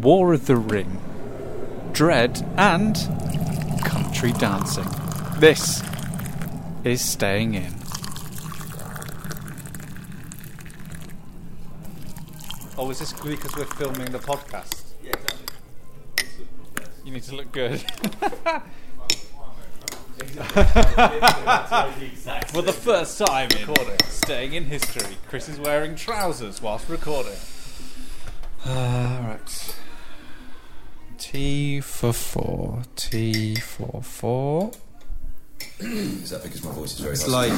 War of the Ring, Dread, and Country Dancing. This is Staying In. Oh, is this because we're filming the podcast? You need to look good. For the first time in Recording. Staying in History, Chris is wearing trousers whilst recording. Alright. T for four. T for four. Is that because my voice is very It's husky?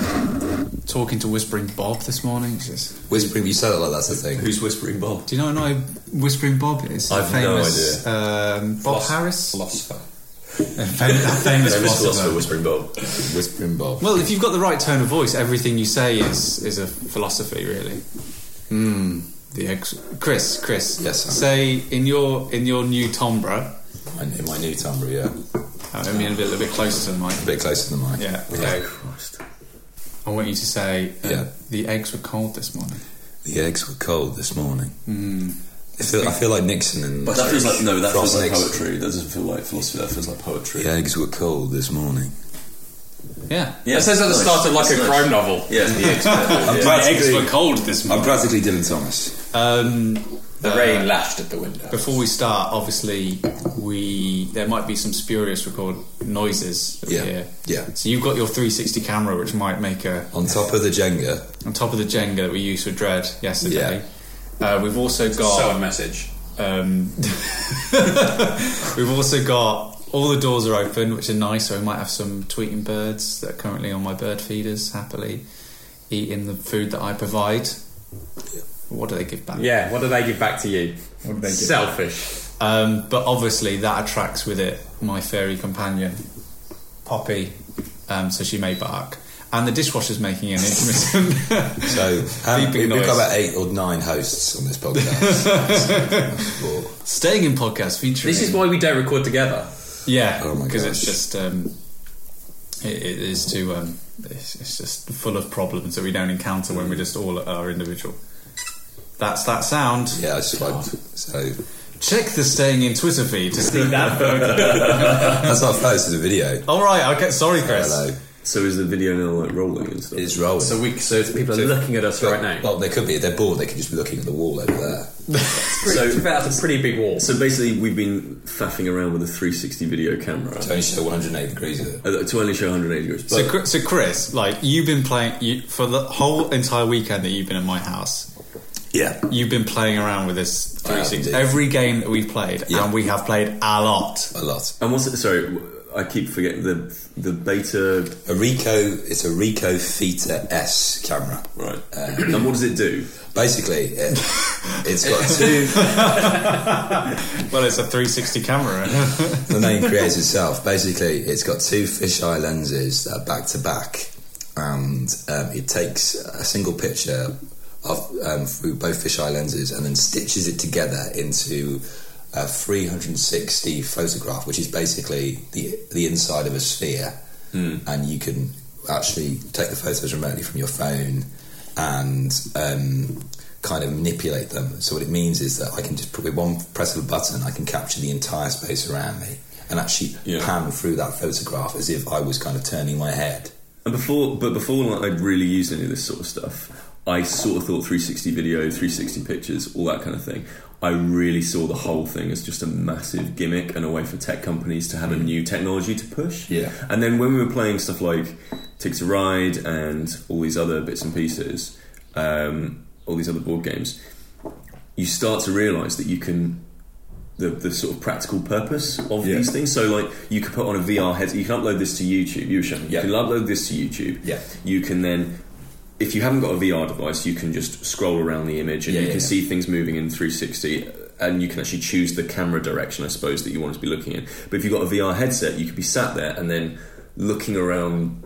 like talking to Whispering Bob this morning. It's just- whispering? You said it like that's the thing. Who's whispering, Bob? do you know who Whispering Bob is? I've The no famous, Um, Bob Harris? philosopher. A fam- a famous Famous philosopher, philosopher. whispering Bob. Whispering Bob. Well, if you've got the right tone of voice, everything you say is is a philosophy, really. Hmm. The ex- Chris, Chris, Yes, Sam. Say in your in your new timbre. And in my new timbre, yeah, Oh, I mean, a, bit, a little bit closer to the mic. a bit closer to the mic. Yeah. Okay. I want you to say. uh, Yeah. The eggs were cold this morning. The eggs were cold this morning. Hmm. I, feel, I feel like Nixon and But that feels like no, that Frost feels like Nixon. poetry. That doesn't feel like philosophy. That feels like poetry. The eggs were cold this morning. Yeah. Yeah, that says at the start of like a crime novel. Yeah, the eggs. yeah. The eggs were cold this I'm morning. practically Dylan Thomas. Um, The rain lashed at the window. Before we start, obviously, we there might be some spurious record noises that we Yeah, hear. yeah. So you've got your 360 camera, which might make a On top of the Jenga, on top of the Jenga that we used for Dread yesterday. Uh, we've also So a got message. um, we've also got all the doors are open, which are nice. So we might have some tweeting birds that are currently on my bird feeders, happily eating the food that I provide. What do they give back? Yeah, what do they give back to you? Selfish. Um, but obviously, that attracts with it my fairy companion, Poppy. Um, so she may bark. And the dishwasher's making an intermittent. so um, Beeping we- we've noise. got about eight or nine hosts on this podcast. So, Staying in podcast featuring. This is why we don't record together. Yeah, Oh my because gosh. it's just. Um, it, it is too. Um, it's, it's just full of problems that we don't encounter when we're Mm. just all at our individual. That's that sound. yeah, I just like so. Check the staying in Twitter feed to see that photo. That's not first of the video. all right, okay. Sorry, Chris. Hello, So is the video now like rolling and stuff? it's rolling. So we, so people are looking at us right now. Well, they could be. If they're bored, they could just be looking at the wall over there. So so, that's a pretty big wall. so basically, we've been faffing around with a 360 video camera It's only show 180 degrees of it. uh, to only show 180 degrees. So, But Chri- so Chris, like you've been playing you, for the whole entire weekend that you've been at my house, Yeah. you've been playing around with this I have 360. indeed. Every game that we've played, Yeah. and we have played a lot. A lot. and what's it? Sorry, w- I keep forgetting the the beta. A Ricoh, it's a Ricoh Theta S camera. Right. and what does it do? Basically, it, it's got two. Well, it's a 360 camera. The name creates itself. Basically, it's got two fisheye lenses that are back to back, and um, it takes a single picture of um, through both fisheye lenses and then stitches it together into a 360 photograph, which is basically the the inside of a sphere, and you can actually take the photos remotely from your phone and. Um, kind of manipulate them. So what it means is that I can just put with one press of a button, I can capture the entire space around me and actually Yeah. pan through that photograph as if I was kind of turning my head. And before, but before like, I'd really used any of this sort of stuff, I sort of thought 360 video, 360 pictures, all that kind of thing. I really saw the whole thing as just a massive gimmick and a way for tech companies to have a new technology to push. Yeah. And then when we were playing stuff like Takes a Ride and all these other bits and pieces, um, all these other board games, you start to realise that you can the, the sort of practical purpose of Yeah. these things. So like you could put on a VR headset, you can upload this to YouTube. You were showing me. Yeah. You can upload this to YouTube. Yeah. You can then, if you haven't got a VR device, you can just scroll around the image and Yeah, you yeah, can yeah. see things moving in 360. And you can actually choose the camera direction, I suppose, that you want to be looking in. But if you've got a VR headset, you could be sat there and then looking around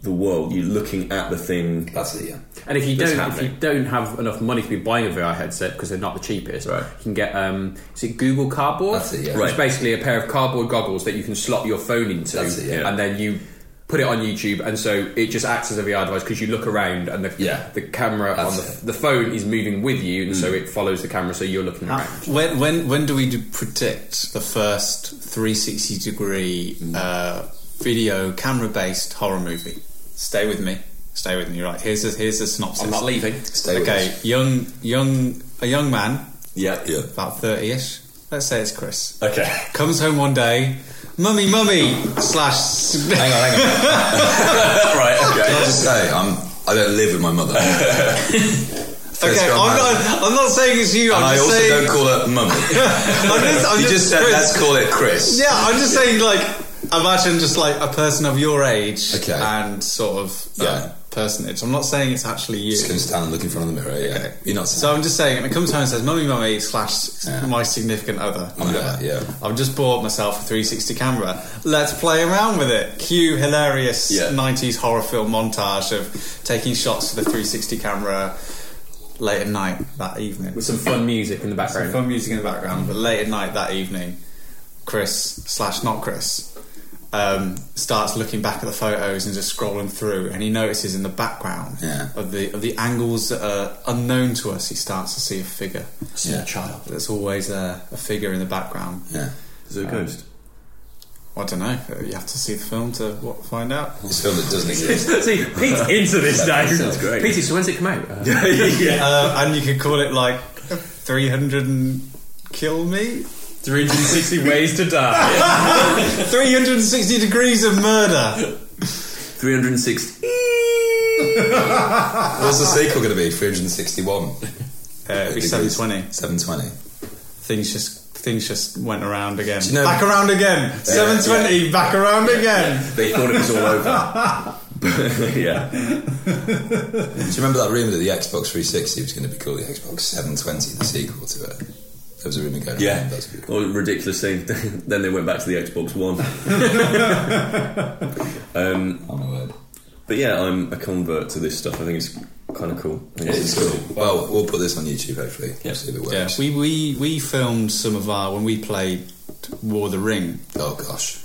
the world. You're looking at the thing. That's it, yeah. And if you That's don't, if you happening. don't have enough money to be buying a VR headset because they're not the cheapest, Right. you can get um, is it Google Cardboard? That's it, yeah. Which Right. is basically a pair of cardboard goggles that you can slot your phone into, That's it, yeah. and then you. put it on YouTube, and so it just acts as a VR device because you look around and the Yeah. the camera on That's the, the phone is moving with you, and so it follows the camera, so you're looking around. When when when do we do predict the first 360 degree Mm. uh, video camera based horror movie? Stay with me. Stay with me. Right. Here's a here's a synopsis. I'm not leaving. Stay with okay. us. Young young a young man Yeah. Yeah. about 30ish. Let's say it's Chris. Okay. Comes home one day. Mummy, mummy slash. Hang on, hang on. right. Can I Okay. just say, I'm, I don't live with my mother. First Okay, I'm girl married. not, I'm not saying it's you. I'm And I just also saying. don't call her mummy. I'm just, I'm you just said, Chris, let's call it Chris. Yeah, I'm just saying, like, imagine just like a person of your age Okay. and sort of uh, Yeah. personage. I'm not saying it's actually you. Just going to stand and look in front of the mirror, yeah. Okay. You're not So I'm just saying, and it comes home and says, "Mummy, mummy," slash Yeah. my significant other. or Yeah, whatever. yeah. I've just bought myself a 360 camera. Let's play around with it. Cue hilarious Yeah. 90s horror film montage of taking shots with the 360 camera late at night that evening. With some fun music in the Some background. fun music in the background, but late at night that evening, Chris slash not Chris um, starts looking back at the photos and just scrolling through, and he notices in the background Yeah. of the of the angles that are unknown to us, he starts to see a figure, a small Yeah. child that's always there, a figure in the background. Yeah. Is it a ghost? I don't know. You have to see the film to what, find out. It's a film that doesn't exist. See, Pete's into this now. sounds great. Petey, so when's it come out? Uh, yeah. Uh, and you could call it like 300 and kill me. 360 ways to die. 360 degrees of murder. Uh, 360. What's the sequel going to be? 361. Uh, it'd be 720. 720. things just things just went around again. you know- back around again. Seven twenty. Back around again. They thought it was all over. yeah. Do you remember that rumour that the Xbox 360 was going to be called the Xbox 720, the sequel to it? There was a rumour going Yeah. around. That's good. Well, ridiculous thing. then they went back to the Xbox One. um, Oh, On a word. but yeah, I'm a convert to this stuff. I think it's kind of cool. I think It's cool. Well, we'll put this on YouTube, hopefully. See if it Yeah, works. we, we we filmed some of our when we played War of the Ring, Oh, gosh.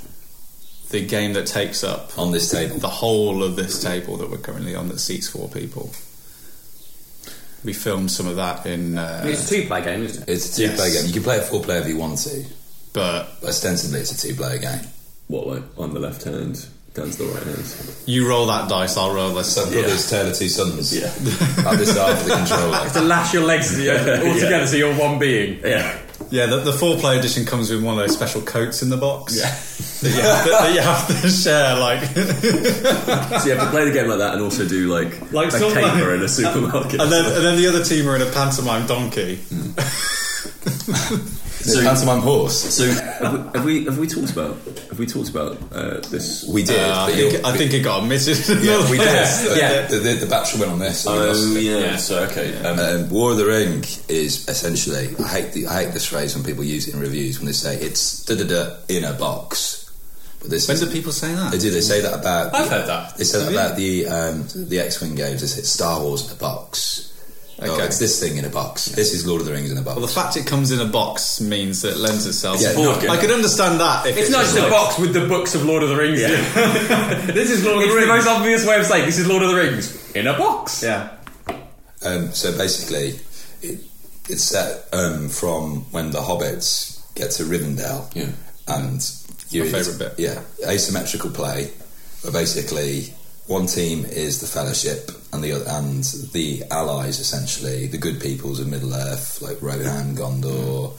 the game that takes up On this table. the whole of this table that we're currently on that seats four people. We filmed some of that in, uh, It's a two-player game, isn't it? It's a two player Yes. game. You can play a four player if you want to, but but ostensibly it's a two player game. What, like, I'm the left hand, Dan's the right hand. you roll that dice, I'll roll this. Some Yeah. brothers, Taylor Two Sons. Yeah. At this half of the controller. To lash your legs to the other, all together, so you're one being. Yeah. Yeah, the, the four player edition comes with one of those special coats in the box. Yeah, that, you have to, that you have to share. Like, So you have to play the game like that and also do, like, Like a some- caper in a supermarket. and then and then the other team are in a pantomime donkey. So pantomime horse. so have we, have we have we talked about have we talked about uh, this? We did. Uh, but I, think, you'll- I think it got omitted. yeah, we did. Yeah. The, the, the battle went on this. and we lost Oh it. yeah. So okay. Um, Um, War of the Ring is essentially. I hate the I hate this phrase when people use it in reviews when they say it's da da da in a box. But this When is, do people say that? they do they say that about I've heard that. they say that Have you? about the um, the X Wing games. They say Star Wars in a box. Oh, Okay. it's this thing in a box. This is Lord of the Rings in a box. Well, the fact it comes in a box means that it lends itself. Yeah, no, I could understand that. If It's not just a box with the books of Lord of the Rings. this is Lord of the Rings. the most obvious way of saying this is Lord of the Rings in a box. Yeah. Um, so basically, it, it's set um, from when the hobbits get to Rivendell. Yeah. And you, My favourite it's- bit. Yeah. Asymmetrical play, where basically one team is the Fellowship and the oth- and the allies, essentially, the good peoples of Middle Earth, like Rohan, Gondor,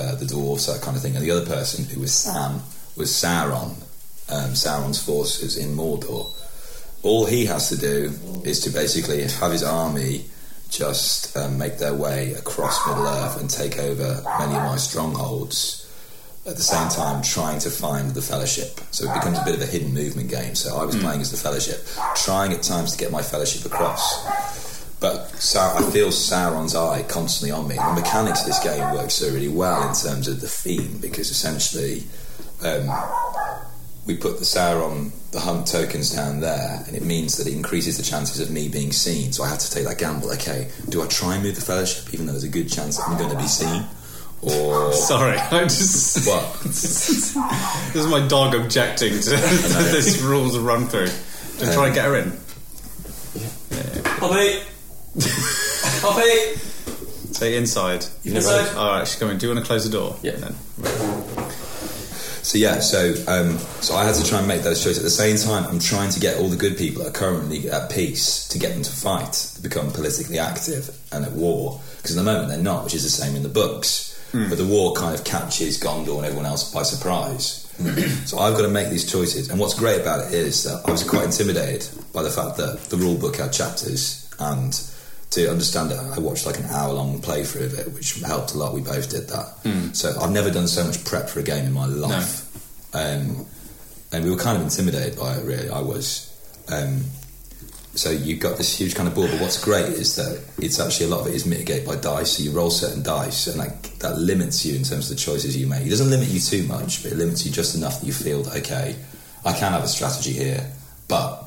uh, the dwarves, that kind of thing. And the other person, who was Sam, was Sauron, um, Sauron's forces in Mordor all he has to do is to basically have his army just um, make their way across Middle Earth and take over many of my strongholds. At the same time, trying to find the Fellowship, so it becomes a bit of a hidden movement game. So I was playing as the Fellowship, trying at times to get my Fellowship across. But Sau- I feel Sauron's eye constantly on me. The mechanics of this game work so really well in terms of the theme, because essentially um, we put the Sauron, the hunt tokens down there, and it means that it increases the chances of me being seen. So I had to take that gamble. Okay, do I try and move the fellowship, even though there's a good chance that I'm going to be seen? or Sorry, I just what? this is my dog objecting to, to this rules run through. Just try and get her in. Poppy! Poppy! Stay inside. Inside. All right, she's coming. Do you want to close the door? Yeah. Then? So yeah, so um, so I had to try and make those choices. At the same time, I'm trying to get all the good people that are currently at peace to get them to fight, to become politically active and at war. Because at the moment they're not, which is the same in the books. But the war kind of catches Gondor and everyone else by surprise. so I've got to make these choices. And what's great about it is that I was quite intimidated by the fact that the rule book had chapters and to understand it, I watched like an hour long playthrough of it, which helped a lot. We both did that. So I've never done so much prep for a game in my life. Um, and we were kind of intimidated by it, really. I was. Um, so you got this huge kind of board, but what's great is that it's actually a lot of it is mitigated by dice. So you roll certain dice, and that that limits you in terms of the choices you make. It doesn't limit you too much, but it limits you just enough that you feel that okay, I can have a strategy here, but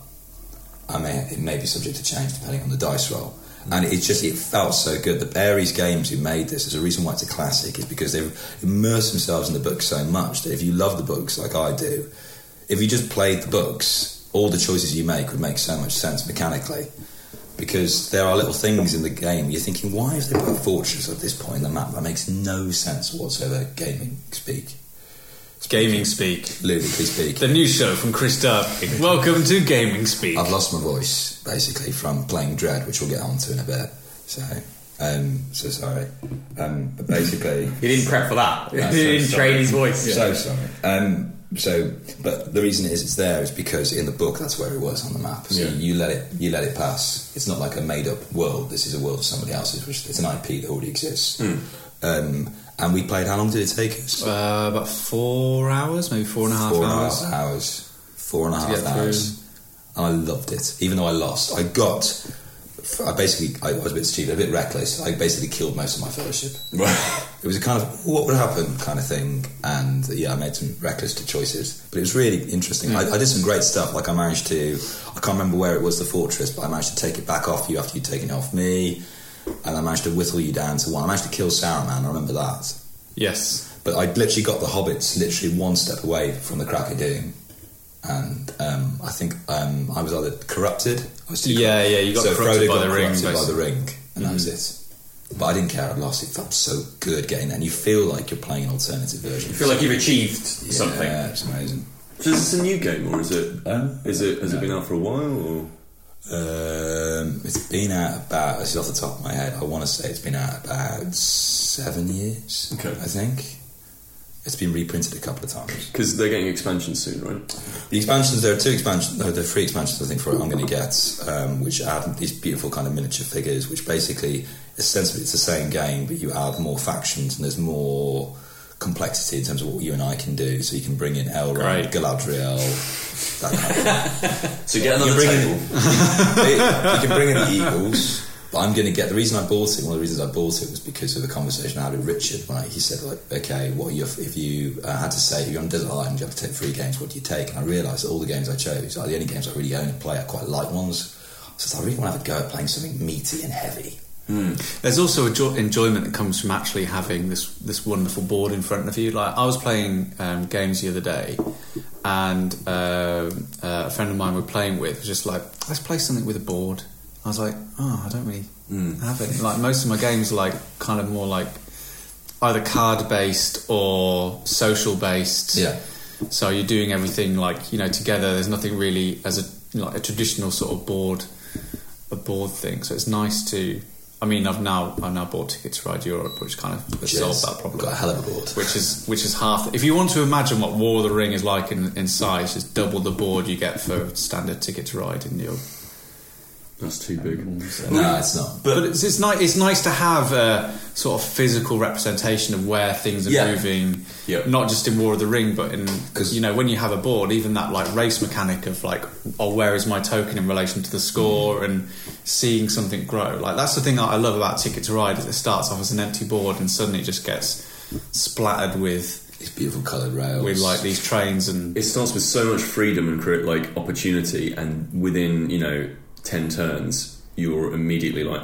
I may it may be subject to change depending on the dice roll. And it's just it felt so good. The Aries Games who made this is a reason why it's a classic is because they've immersed themselves in the books so much that if you love the books like I do, if you just played the books, all the choices you make would make so much sense mechanically. Because there are little things in the game you're thinking, why have they put a fortress at this point in the map? That makes no sense whatsoever, gaming speak, Gaming speak. ludically speak. The new show from Chris Dubb. Welcome to Gaming Speak. I've lost my voice basically from playing Dread, which we'll get onto in a bit. So, um, so sorry. Um, but basically, He didn't prep for that. That's he didn't so train his voice. so sorry. Um, so, but the reason it is it's there is because in the book that's where it was on the map. So you let it, you let it pass. It's not like a made up world. This is a world of somebody else's. Which it's an IP that already exists. Um, and we played. How long did it take us? Uh, about four hours, maybe four and a half Four and a hours. half hours. Four and a half get hours. And I loved it, even though I lost. I got. I basically, I was a bit stupid, a bit reckless. I basically killed most of my fellowship. it was a kind of what would happen kind of thing, and yeah, I made some reckless choices. But it was really interesting. I, I did some great stuff. Like I managed to, I can't remember where it was, the fortress, but I managed to take it back off you after you'd taken it off me, and I managed to whittle you down to one. I managed to kill Saruman. I remember that. Yes. But I literally got the hobbits literally one step away from the crack of doom. And um, I think um, I was either corrupted. I was still Yeah, yeah, you got corrupted by the ring, corrupted basically. by Mm-hmm. the ring, and that was it. But I didn't care. I lost. It felt so good getting that. And you feel like you're playing an alternative version. I feel like you've achieved Yeah, something. It's amazing. So is this a new game or is it? is it has it been out for a while? Or? Um, it's been out about. This is off the top of my head. I want to say it's been out about seven years. Okay. I think it's been reprinted a couple of times. Because they're getting expansion soon, right? The expansions, there are two expansions, no, there are three expansions I think for it I'm going to get, um, which add these beautiful kind of miniature figures, which basically, essentially, it's the same game, but you add more factions and there's more complexity in terms of what you and I can do. So you can bring in Elrond, Great. Galadriel, that kind of So get you another bring table. In, you can bring in the Eagles. But I'm going to get the reason I bought it. One of the reasons I bought it was because of a conversation I had with Richard. When I, he said, like, "Okay, what are you, if you uh, had to say you're on a desert island, you have to take three games. What do you take?" And I realised that all the games I chose are the only games I really own and play. are quite light ones. So I really want to have a go at playing something meaty and heavy. There's also a jo- enjoyment that comes from actually having this this wonderful board in front of you. Like I was playing um, games the other day, and um uh, a friend of mine we're playing with was just like, "Let's play something with a board." I was like, "Oh, I don't really have it." Like most of my games are like kind of more like either card based or social based. Yeah. So you're doing everything like you know together. There's nothing really as a like a traditional sort of board, a board thing. So it's nice to. I mean, I've now I've now bought tickets to Ride Europe, which kind of has solved that problem. Got a hell of a board. Which is which is half. If you want to imagine what War of the Ring is like in, in size, it's double the board you get for standard ticket to ride in Europe. That's too big. No, it's not. But, it's, it's nice. It's nice to have a sort of physical representation of where things are Yeah. moving. Yeah. Not just in War of the Ring, but in 'Cause- because you know when you have a board, even that like race mechanic of like, oh, where is my token in relation to the score, and seeing something grow. Like that's the thing that I love about Ticket to Ride. Is it starts off as an empty board and suddenly it just gets splattered with These beautiful coloured rails. with like these trains and It starts with so much freedom and create like opportunity, and within you know ten turns, you're immediately like,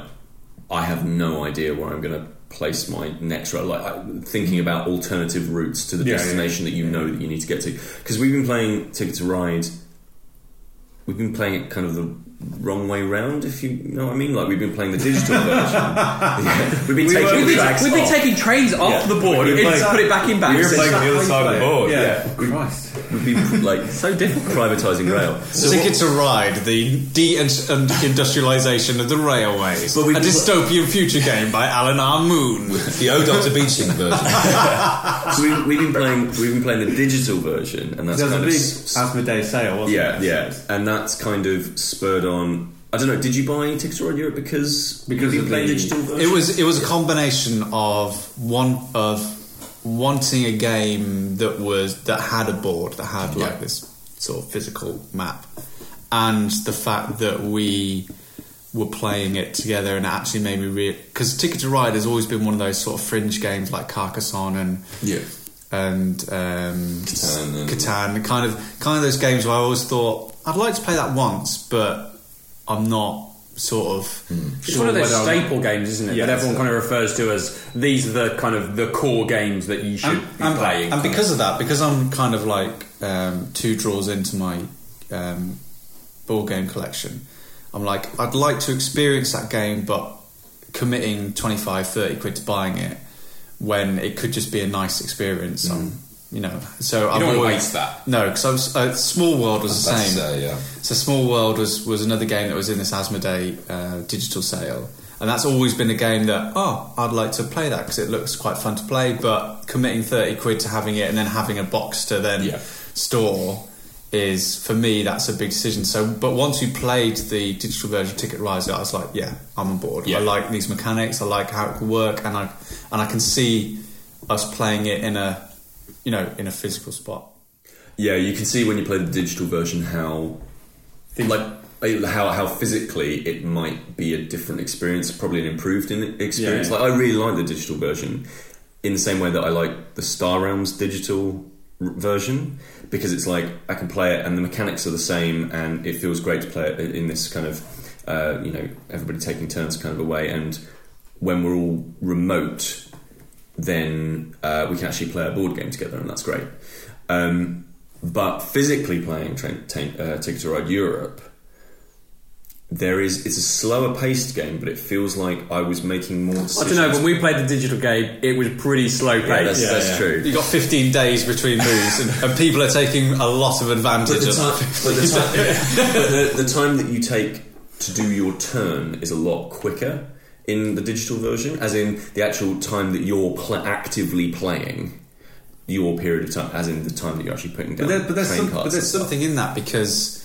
I have no idea where I'm going to place my next route. Like I, thinking about alternative routes to the Yeah, yeah, destination that you know that you need to get to. Because we've been playing Ticket to Ride. We've been playing it kind of the wrong way round, if you know what I mean. Like we've been playing the digital version. Yeah. We've been We taking were- we've been, tracks we've been off. taking trays off Yeah. the board and We've been just playing- put it back in we were bags. playing It's the other like- side of the board, Yeah. Christ. We've been like so difficult privatizing rail. So Ticket what- to Ride, the de-industrialization of the railways. But we- a dystopian future game by Alan R. Moon. The O'Dot to Beaching version. so we've, we've been playing we've been playing the digital version, and that's There was a kind big of Asmodee s- sale, wasn't yeah there? yeah, and that's kind of spurred on. I don't know. Did you buy Tickets to Ride Europe because Because you of played the- digital version? It was it was a combination of one of wanting a game that was that had a board that had like this sort of physical map, and the fact that we were playing it together and it actually made me real because Ticket to Ride has always been one of those sort of fringe games like Carcassonne and Yeah. and um, Catan and- Catan, kind of kind of those games where I always thought I'd like to play that once, but I'm not sort of. Hmm. It's sure one of those whether I'm- staple games, isn't it? Yeah, that everyone kind of refers to as these are the kind of the core games that you should be and, playing. And because of that, because I'm kind of like um, two draws into my um, board game collection, I'm like, I'd like to experience that game, but committing 25, 30 quid to buying it when it could just be a nice experience. I'm, you know, so I Mm. don't am wanna always, waste that. No, because uh, Small World was the That's, same. uh, yeah. So Small World was, was another game that was in this Asmodee uh, digital sale. And that's always been a game that, oh, I'd like to play that because it looks quite fun to play, but committing 30 quid to having it and then having a box to then Yeah. store is, for me, that's a big decision. So, but once we played the digital version of Ticket Riser, I was like, yeah, I'm on board. Yeah. I like these mechanics, I like how it can work, and I, and I can see us playing it in a, you know, in a physical spot. Yeah, you can see when you play the digital version how, like, eh, how how physically it might be a different experience, probably an improved in experience. Yeah, yeah. Like, I really like the digital version in the same way that I like the Star Realms digital r- version because it's like I can play it and the mechanics are the same and it feels great to play it in- in this kind of uh, you know everybody taking turns kind of a way and when we're all remote then uh, we can actually play a board game together and that's great um, but physically playing Train, Tain- uh, Ticket to Ride Europe, there is it's a slower paced game, but it feels like I was making more. I Decisions. don't know, when we played the digital game, it was pretty slow yeah, that's, paced. that's true. You've got 15 days between moves, and, and people are taking a lot of But advantage the of time, but the time, But the, the time that you take to do your turn is a lot quicker in the digital version, as in the actual time that you're pl- actively playing your period of time, as in the time that you're actually putting But, down. there, but, there's, train some, cards but and there's stuff. something in that because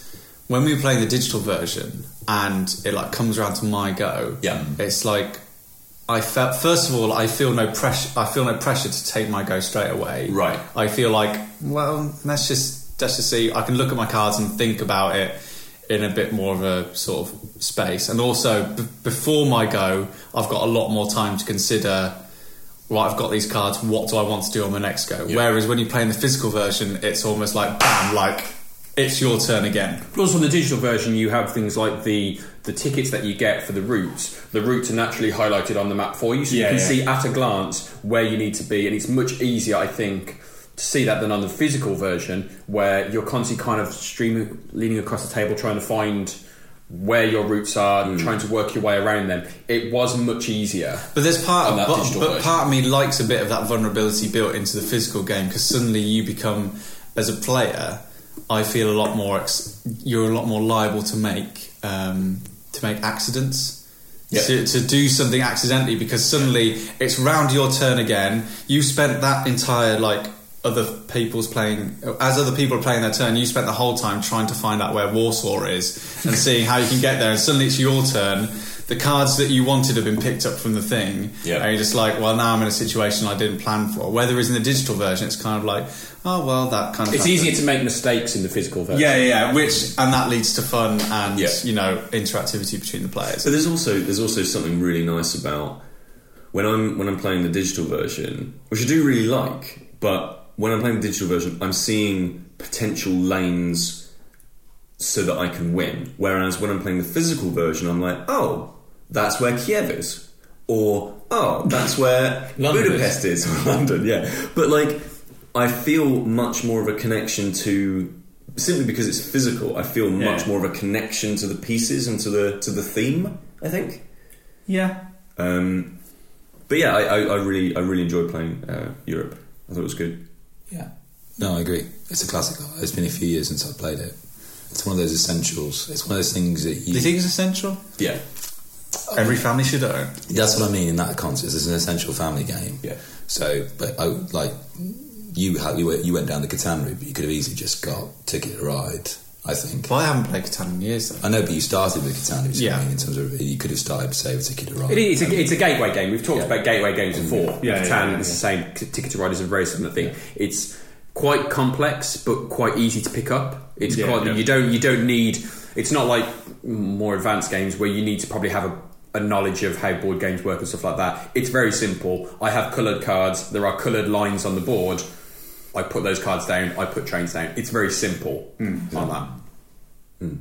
when we were playing the digital version and it like comes around to my go, Yeah. it's like I felt first of all I feel no pressure. I feel no pressure to take my go straight away. Right. I feel like well, let's just let's just see. I can look at my cards and think about it in a bit more of a sort of space, and also b- before my go, I've got a lot more time to consider. Right, I've got these cards. What do I want to do on my next go? Whereas when you play in the physical version, it's almost like bam, like it's your turn again. Plus, on the digital version, you have things like the the tickets that you get for the routes. The routes are naturally highlighted on the map for you, so Yeah, you can yeah. see at a glance where you need to be, and it's much easier, I think, to see that than on the physical version, where you're constantly kind of streaming, leaning across the table, trying to find where your routes are, Hmm. trying to work your way around them. It was much easier. But there's part On of, that but, digital but version. part of me likes a bit of that vulnerability built into the physical game because suddenly you become, as a player, I feel a lot more. Ex- you're a lot more liable to make um, to make accidents. To, to do something accidentally because suddenly it's round your turn again. You spent that entire like other people's playing as other people are playing their turn. You spent the whole time trying to find out where Warsaw is and seeing how you can get there. And suddenly it's your turn. The cards that you wanted have been picked up from the thing. Yeah. And you're just like, well, now I'm in a situation I didn't plan for. Whereas in the digital version, it's kind of like, oh well, that kind of. It's happened. easier to make mistakes in the physical version. Yeah, yeah, yeah, which and that leads to fun and Yeah. you know interactivity between the players. But there's also there's also something really nice about when I'm when I'm playing the digital version, which I do really like. But when I'm playing the digital version, I'm seeing potential lanes so that I can win. Whereas when I'm playing the physical version, I'm like, oh, that's where Kiev is. or oh, that's where London is. Budapest is or London, yeah. But like, I feel much more of a connection to simply because it's physical. I feel much Yeah. more of a connection to the pieces and to the to the theme. I think. Yeah. Um, but yeah, I, I, I really I really enjoyed playing uh, Europe. I thought it was good. Yeah. No, I agree. It's a classic. It's been a few years since I've played it. It's one of those essentials. It's one of those things that Do you. you think it's essential? Yeah, Every family should own. That's what I mean in that context. It's an essential family game. Yeah. So, but I would, like you had you went, you went down the Catan route, but you could have easily just got Ticket to Ride. I think. Well, I haven't played Catan in years. Though. I know, but you started with Catan. route, so I Yeah. mean, In terms of you could have started, say, with Ticket to Ride. It is, it's, a, it's a gateway game. We've talked Yeah. about gateway games before. Mm. Yeah, yeah, Catan yeah, is the same. C- Ticket to Ride is a very similar thing. It's quite complex, but quite easy to pick up. It's Yeah, quite yeah. you don't you don't need. It's not like more advanced games where you need to probably have a, a knowledge of how board games work and stuff like that. It's very simple. I have coloured cards. There are coloured lines on the board. I put those cards down. I put trains down. It's very simple Mm. Um, on that.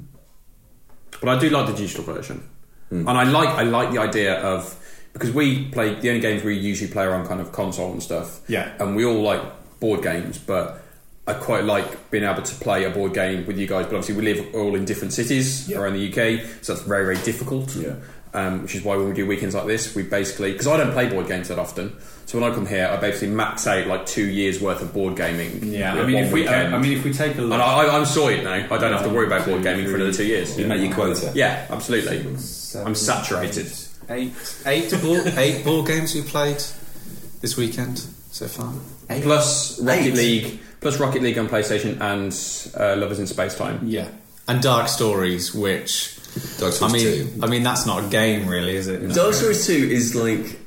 But I do like the digital version, Hmm. and I like I like the idea of because we play the only games we usually play are on kind of console and stuff. Yeah. and we all like board games, but I quite like being able to play a board game with you guys. But obviously, we live all in different cities around the UK, so that's very very difficult. Yeah. Um, which is why when we do weekends like this, we basically because I don't play board games that often. So when I come here, I basically max out like two years worth of board gaming. Yeah. with I mean, one if we, I, weekend. I mean, if we take a and look. I, I, I'm sorted now. I don't have to worry about board gaming for another two years. You make your quota. Yeah, absolutely. I'm saturated. Eight, eight, ball, eight ball games we played this weekend so far. Plus Rocket Eight. League, plus Rocket League on PlayStation and uh, Lovers in Space Time. Yeah, and Dark Stories, which Dark Souls I mean, Two. I mean that's not a game, really, is it? Dark Souls Two is like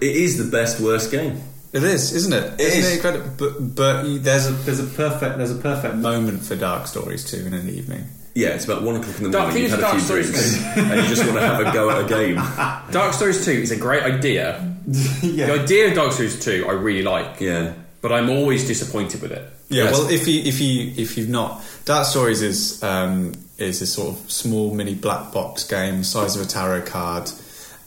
it is the best worst game. It is, isn't it? Isn't is. it incredible? But, but you- there's a there's a perfect there's a perfect moment for Dark Stories too in an evening. Yeah, it's about one o'clock in the Dark- morning. You've thing had is a few Dark Souls drinks and you just want to have a go at a game. Dark Stories 2 is a great idea. The idea of Dark Stories 2 I really like, Yeah. but I'm always disappointed with it. Yeah, Yes. well, if you if you if you've not Dark Stories is um, is a sort of small mini black box game, size of a tarot card.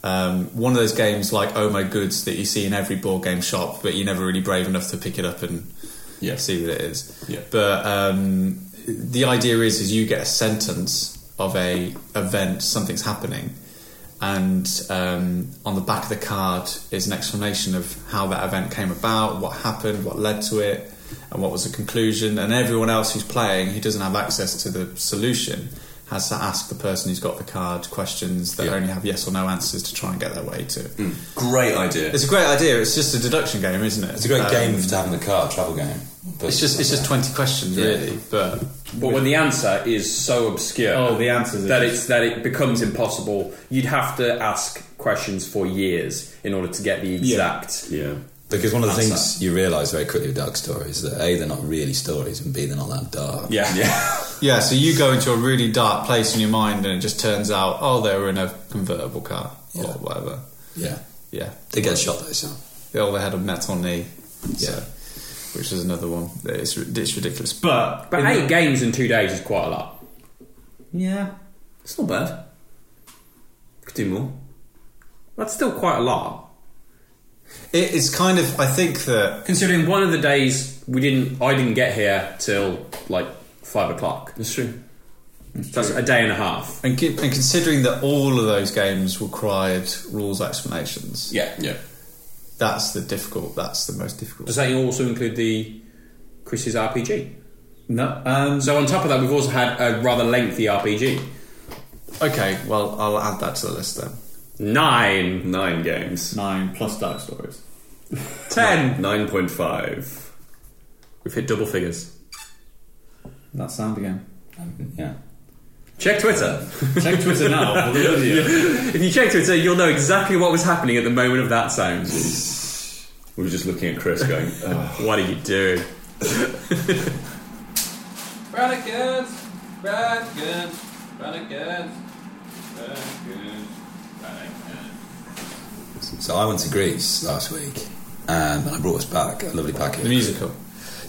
Um, one of those games like Oh My Goods that you see in every board game shop, but you're never really brave enough to pick it up and Yeah. see what it is. Yeah. But um, the idea is is you get a sentence of a event, something's happening, and um, on the back of the card is an explanation of how that event came about, what happened, what led to it, and what was the conclusion. And everyone else who's playing who doesn't have access to the solution has to ask the person who's got the card questions that Yeah. Mm. only have yes or no answers to try and get their way to. it. Great idea. It's a great idea. It's just a deduction game, isn't it? It's a great Um, game to have in the car, travel game. But It's just it's just twenty questions Yeah. really, but But when the answer is so obscure, Oh, the answers are that just- it's that it becomes impossible. You'd have to ask questions for years in order to get the exact. Yeah. Because one of the That's things you realise very quickly with dark stories is that A, they're not really stories, and B, they're not that dark. Yeah, yeah. Yeah, so you go into a really dark place in your mind, and it just turns out, oh, they were in a convertible car or Yeah. whatever. Yeah. Yeah, They get shot, though, so. they all had a metal knee. Yeah. so, which is another one. It's it's ridiculous. but But But in eight the- games in two days is quite a lot. yeah. It's not bad. Could do more. That's still quite a lot. it is kind of. I think that Considering one of the days we didn't, I didn't get here till like five o'clock. That's true. That's a day and a half. and ki- and considering that all of those games required rules explanations, Yeah, yeah. that's the difficult. That's the most difficult. Does that also include the Chris's RPG? No. Um, So on top of that, we've also had a rather lengthy RPG. Okay, well, I'll add that to the list then. Nine, Nine games. nine plus Dark Stories. ten. Nine point five. We've hit double figures. That sound again. Yeah. Check Twitter. Check Twitter now for the video. If you check Twitter, you'll know exactly what was happening at the moment of that sound. We were just looking at Chris going, "Oh, What are you doing? Rannikins! Rannikins! Rannikins! So I went to Greece last week, um, and I brought us back a lovely The package. musical.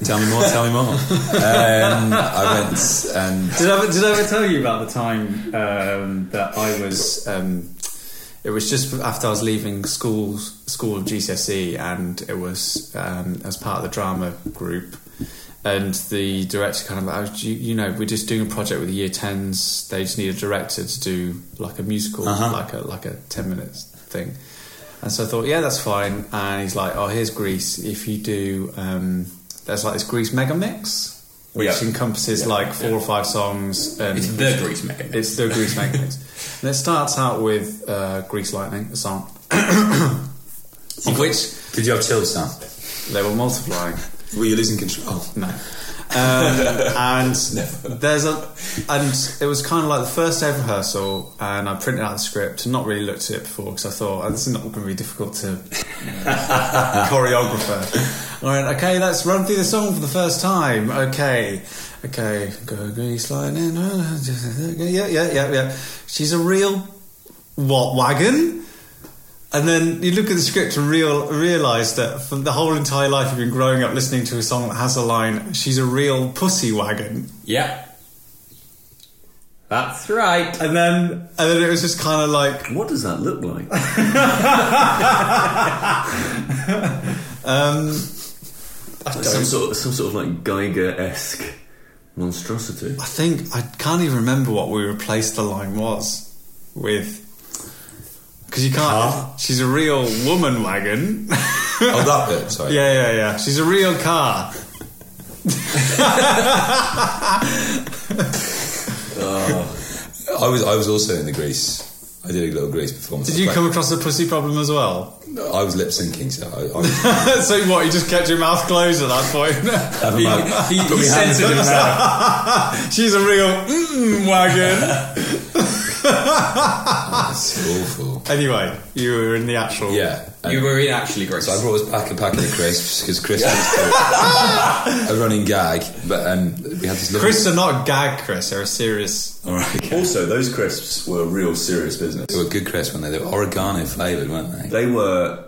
Tell me more, tell me more. um, I went and. Did I, ever- did I ever tell you about the time um, that I was um, It was just after I was leaving school, school of GCSE, E and it was um, as part of the drama group. And the director kind of, I was, you, you know, we're just doing a project with the year tens. They just need a director to do like a musical, Uh-huh. like a like a ten minutes thing. And so I thought, yeah, that's fine. And he's like, oh, here's Greece. If you do, um, there's like this Greece mega mix, which Yeah. encompasses like four or five songs. And It's the Grease Mega Mix. It's the Grease mega mix. And it starts out with uh, Grease Lightning, a song, of which Did you have chills now? they were multiplying. Were you losing control? No. Um, and there's a, and it was kind of like the first day of rehearsal, and I printed out the script, and not really looked at it before because I thought oh, this is not going to be difficult to you know, choreographer. And I went, okay, let's run through the song for the first time. Okay, okay, go grease lightning. uh, Yeah, yeah, yeah, yeah. She's a real what wagon? And then you look at the script and real, realise that for the whole entire life you've been growing up listening to a song that has a line, she's a real pussy wagon. Yeah. That's right. And then, and then it was just kind of like, What does that look like? um, some sort of, some sort of like Geiger esque monstrosity. I think, I can't even remember what we replaced the line was with. Because you can't, Car? she's a real woman wagon. Oh, that bit. Sorry. Yeah, yeah, yeah. She's a real car. I was. I was also in the Greece. I did a little Greece performance. Did you I come across the pussy problem as well? I was lip syncing, so I, I was so what, you just kept your mouth closed at that point? having my. He, Put he me hands censored up. himself. She's a real mm wagon. It's awful. anyway, you were in the actual. Yeah. and You were in actually Grease. So I brought us back a packet of crisps because crisps was a running gag, but um, we had this little. Chris are not gag, Chris. They're a serious. All right. okay. Also, those crisps were real serious business. They were good crisps, weren't they? They were oregano flavoured, weren't they? They were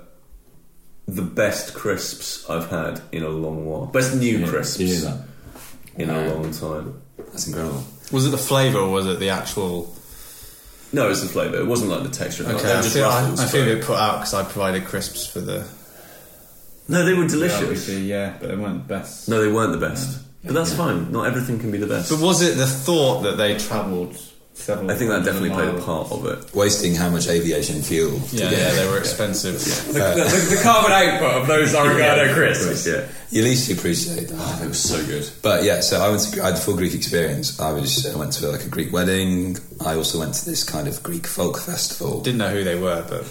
the best crisps I've had in a long while. Best new crisps you knew that. in a long time. That's incredible. Was it the flavour or was it the actual? No, it's the flavour. It wasn't like the texture. of it. They Okay, were I just feel, I, ruffles, I feel a but- bit put out because I provided crisps for the. No, they were delicious. yeah, but they weren't the best. no, they weren't the best. But that's fine. Not everything can be the best. But was it the thought that they travelled several? I think that hundred definitely played a miles? part of it. Wasting how much aviation fuel to Yeah, get yeah, there. they were expensive. the, the, the carbon output of those oregano crisps. Yeah. At least you appreciate that. It was so good. But yeah, so I went. To, I had the full Greek experience. I was. I went to like a Greek wedding. I also went to this kind of Greek folk festival. Didn't know who they were, but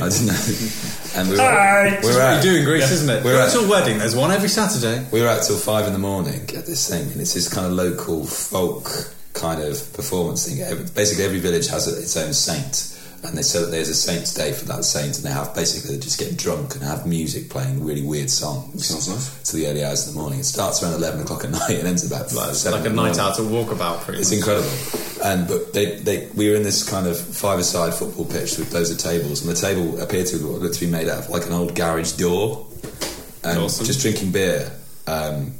I didn't know. And we were, we were what you out. do in Greece, isn't it? We're It's at- a wedding. There's one every Saturday. We were out till five in the morning at this thing, and it's this kind of local folk kind of performance thing. Every- Basically, every village has a, its own saint, and they so there's a saint's day for that saint, and they have basically they just get drunk and have music playing really weird songs. Sounds nice. To the early hours of the morning. It starts around eleven o'clock at night and ends about like, seven Like a in the night morning. out, a walkabout, pretty It's much. incredible. And but they, they we were in this kind of five-a-side football pitch with loads of tables, and the table appeared to look to be made out of like an old garage door, and Awesome. just drinking beer, um,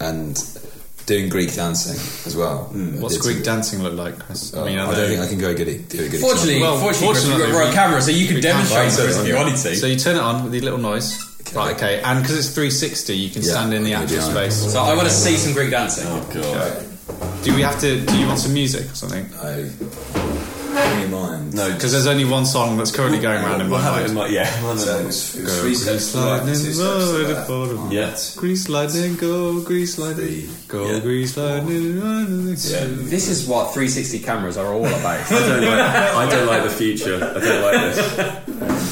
and doing Greek dancing as well. Hmm. What's It's- Greek dancing look like, Chris? uh, I, mean, are don't they- think I can go good. Do a good Fortunately, Well, fortunately, Chris, fortunately, we've got a we- camera, so you can we can't demonstrate find to us if something. you wanted to. So you turn it on with the little noise. Right, okay. And because it's 360, you can Yeah, stand in the yeah, actual yeah. space. So I want to see some Greek dancing. Oh, Do we have to? Do you want some music or something? Give me mine. No, Because there's only one song that's currently going around in we'll my have it in mind. my yeah. We'll have it So in it my- was, it was three steps to the right, two lightning, steps to the left. roll it forward. Yeah. Grease lightning, go, grease lightning, Three. go, Yeah. grease lightning. lightning. This is what 360 cameras are all about. I don't like. I don't like the future. I don't like this.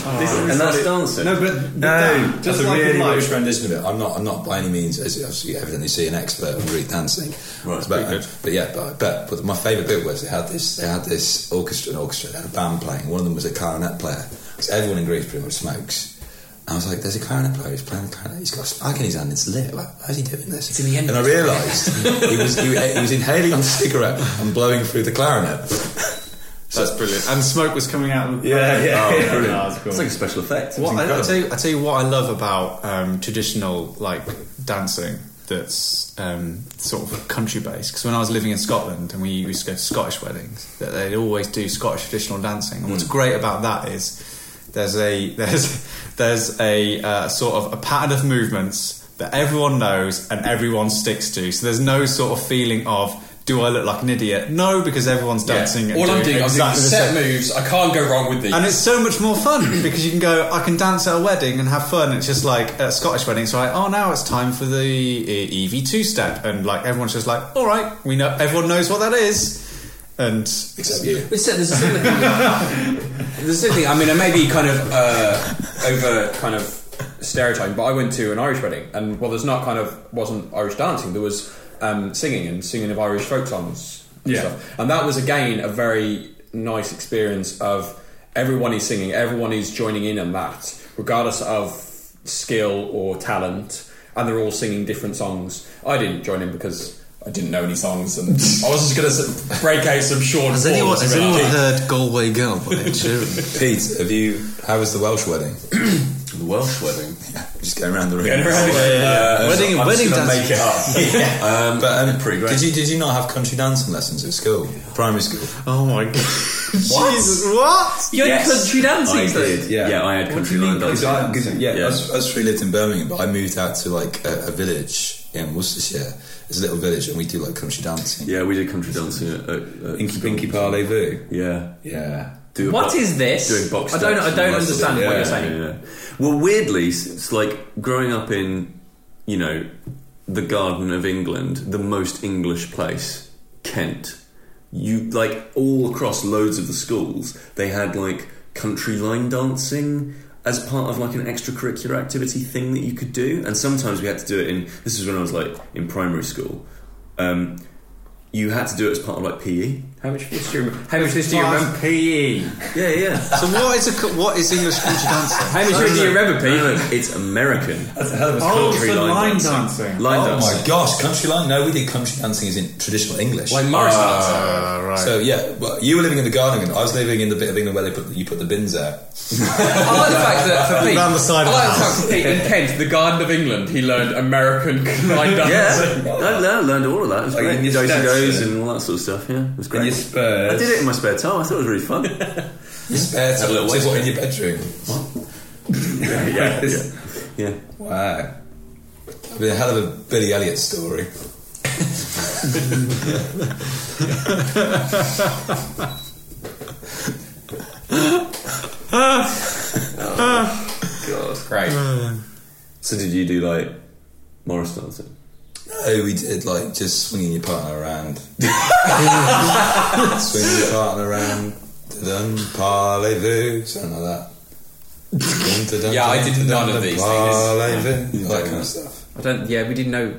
and that's dancing. No, but no, That's Just a like in really life. rich rendition of it. I'm not. I'm not by any means, as you obviously evidently see, an expert on Greek dancing. Right, but, pretty good. but yeah, but, but but my favourite bit was they had this. They had this orchestra, an orchestra, they had a band playing. One of them was a clarinet player. Because everyone in Greece pretty much smokes. And I was like, "There's a clarinet player. He's playing the clarinet. He's got a spag in his hand. It's lit. Like, how's he doing this?" in the end. And I realised he was he, was- he was inhaling on the cigarette and blowing through the clarinet. That's brilliant. And smoke was coming out. Of the yeah, yeah. Oh, brilliant. no, that's cool. It's like a special effect. It's What I, I incredible. tell you, I tell you what I love about um, traditional like dancing that's um, sort of country based. Because when I was living in Scotland and we used to go to Scottish weddings, that they always do Scottish traditional dancing. And what's great about that is there's a there's there's a uh, sort of a pattern of movements that everyone knows and everyone sticks to. So there's no sort of feeling of do I look like an idiot? No, because everyone's dancing. And All I'm doing, I'm doing exactly the set same. moves. I can't go wrong with these. And it's so much more fun because you can go, I can dance at a wedding and have fun. It's just like at a Scottish wedding, it's like, oh, now it's time for the EV two step. And like everyone's just like, all right, we know, everyone knows what that is. And Except you. But so- there's a similar thing. there's a similar thing. I mean, I may be kind of uh, over kind of stereotyping, but I went to an Irish wedding, and well, there's not kind of wasn't Irish dancing. There was um, singing and singing of Irish folk songs. And Yeah. stuff. and that was again a very nice experience of everyone is singing, everyone is joining in on that, regardless of skill or talent, and they're all singing different songs. I didn't join in because. I didn't know any songs, and I was just going to break out some short. Has anyone, forms has about anyone it. heard Galway Girl by Ed Sheeran? Pete, have you? How was the Welsh wedding? the Welsh wedding. Yeah, just going around the room. Yeah. wedding I'm wedding just gonna dancing. make it up. yeah. um, but um, Pretty great. Did you did you not have country dancing lessons at school, primary school? oh my god, Jesus, what? You Yes. country I dancing. did. Yeah. yeah, I had country line dancing. yeah, I was, I was free lived in Birmingham, but I moved out to like a, a village in Worcestershire. It's a little village, and we do like country dancing. Yeah, we did country dancing at, at, at Inky school. Pinky Parlez-Vous. Yeah. Yeah. Do a What box- is this? Doing box I don't. steps I and don't lots of understand it. what you're Yeah, saying. yeah, yeah. Well, weirdly, s- it's like growing up in, you know, the Garden of England, the most English place, Kent. You like all across loads of the schools, they had like country line dancing as part of like an extracurricular activity thing that you could do, and sometimes we had to do it in. This is when I was like in primary school. Um, you had to do it as part of like E. PE. How much of this do you remember? How much of this do you remember? PE. Yeah, yeah. So what is a co- what is English country dancing? How much of this do you remember, No, Pete? no, it's American. That's a hell of a Oh, Country so line line dancing. dancing. Line Oh dance. my gosh, country line? No, we did country dancing as in traditional English. Like Morris dancing. Uh, right. so yeah, well, you were living in the garden, and I was living in the bit of England where they put you put the bins out. I like the fact that for Pete, Round the side I of like the the fact that Pete in Kent, the Garden of England, he learned American line Yeah, dancing. I learned, learned all of that. It was Oh, Like great. in your Dos and Spurs. goes and all that sort of stuff. Yeah, it was great. your Spurs. I did it in my spare time. I thought it was really fun. yeah, Spare Have a little time. So waistband. what in your bedroom? yeah, yeah. yeah. Wow. That'd be a hell of a Billy Elliot story. Great. So did you do like Morris dancing? Oh, we did like just swinging your partner around, swinging your partner around, dun parlez-vous, something like that. Dun-dun-dun-dun, Yeah, I did dun-dun-dun, none of these things. parlez-vous, Yeah. all that kind of stuff. I don't. Yeah, we didn't know.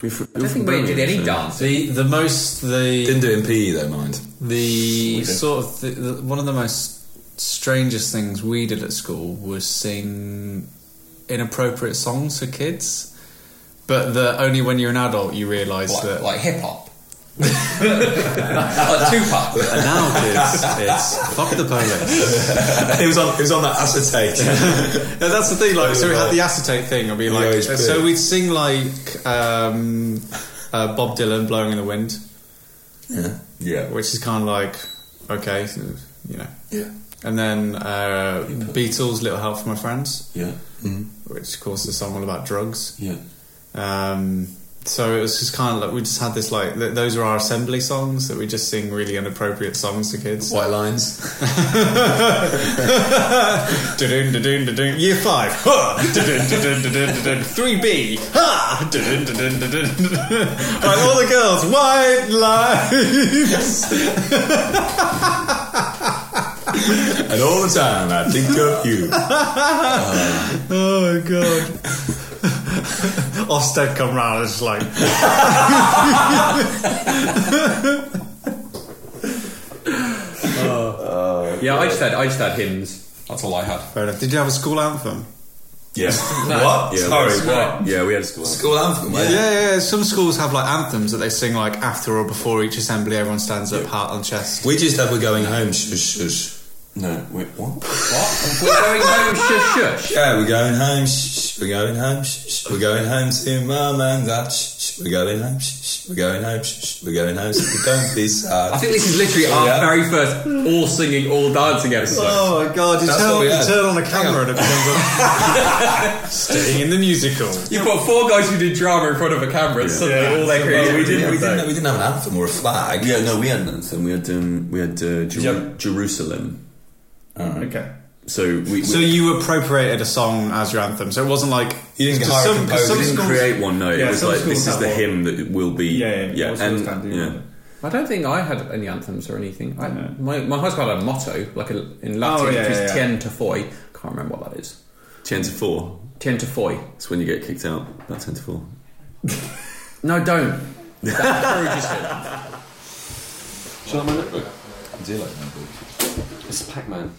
You're fr- I you're don't from think we did Birmingham, any so- dancing. the the most the Didn't do it in PE though, mind. The sort of the, the, one of the most strangest things we did at school was sing inappropriate songs for kids, but the only when you're an adult you realise Like, that like hip hop. Oh, like Tupac. and now kids it's fuck the police. it was on. It was on that acetate. And that's the thing. Like so we had the acetate thing. I'd be like uh, OHP. so we'd sing like um, uh, Bob Dylan blowing in the wind, yeah. yeah, which is kind of like okay, you know, yeah, and then uh, Beatles Little Help from My Friends. Yeah, Mm. which of course is song all about drugs. yeah. Um, so it was just kind of like we just had this like th- those are our assembly songs that we just sing really inappropriate songs to kids. White lines. Da-dun, da-dun, da-dun. Year five, ha! Da-dun, da-dun, da-dun, da-dun. three B, ha! Da-dun, da-dun, da-dun, da-dun. Right, all the girls, white lines. and all the time I think of you. oh god. Ofsted come round and it's like Yeah, I just had. I just had hymns. That's all I had. Fair enough. Did you have a school anthem? Yeah. what? Yeah, Sorry, we what? had, yeah, we had a school. School anthem. mate. Yeah, yeah, yeah. Some schools have like anthems that they sing like after or before each assembly. Everyone stands up, heart on chest. We just have a going home. Shush, shush. No, wait, what? We're going home, shush, shush. Yeah, we're going home. Shh, shh, we're going home. Shh, shh, we're going home to mum and dad. Shh, shh, we're going home. Shh, shh, we're going home. Shh, shh, we're going home. So don't be I sad. think this is literally our Yeah. very first all singing, all dancing episode. Oh my god! You That's what turn, we you had. turn on a camera and it becomes a staying in the musical. You put four guys who did drama in front of a camera and suddenly Yeah. all their creativity. we didn't. We comes out. didn't. We didn't have an anthem or a flag. Yeah, no, we had an anthem. We had um, we had uh, Jeru- Yep. Jerusalem. Oh, Okay. So we, we So you appropriated a song as your anthem. So it wasn't like You didn't Because hire a some- composer, some we didn't schools- create one. No, Yeah, it was some like schools this is have the one. hymn that it will be. Yeah, yeah, yeah. All schools and can do yeah. one. I don't think I had any anthems or anything. I, No. my, my husband had a motto, like a, in Latin, Oh, yeah, it was yeah, yeah. tien to foi. Can't remember what that is. ten to four. Tien to foi. That's when you get kicked out. About ten to four. No, don't. That encourages him. Shall I have my notebook? I do like that. It's Pac-Man.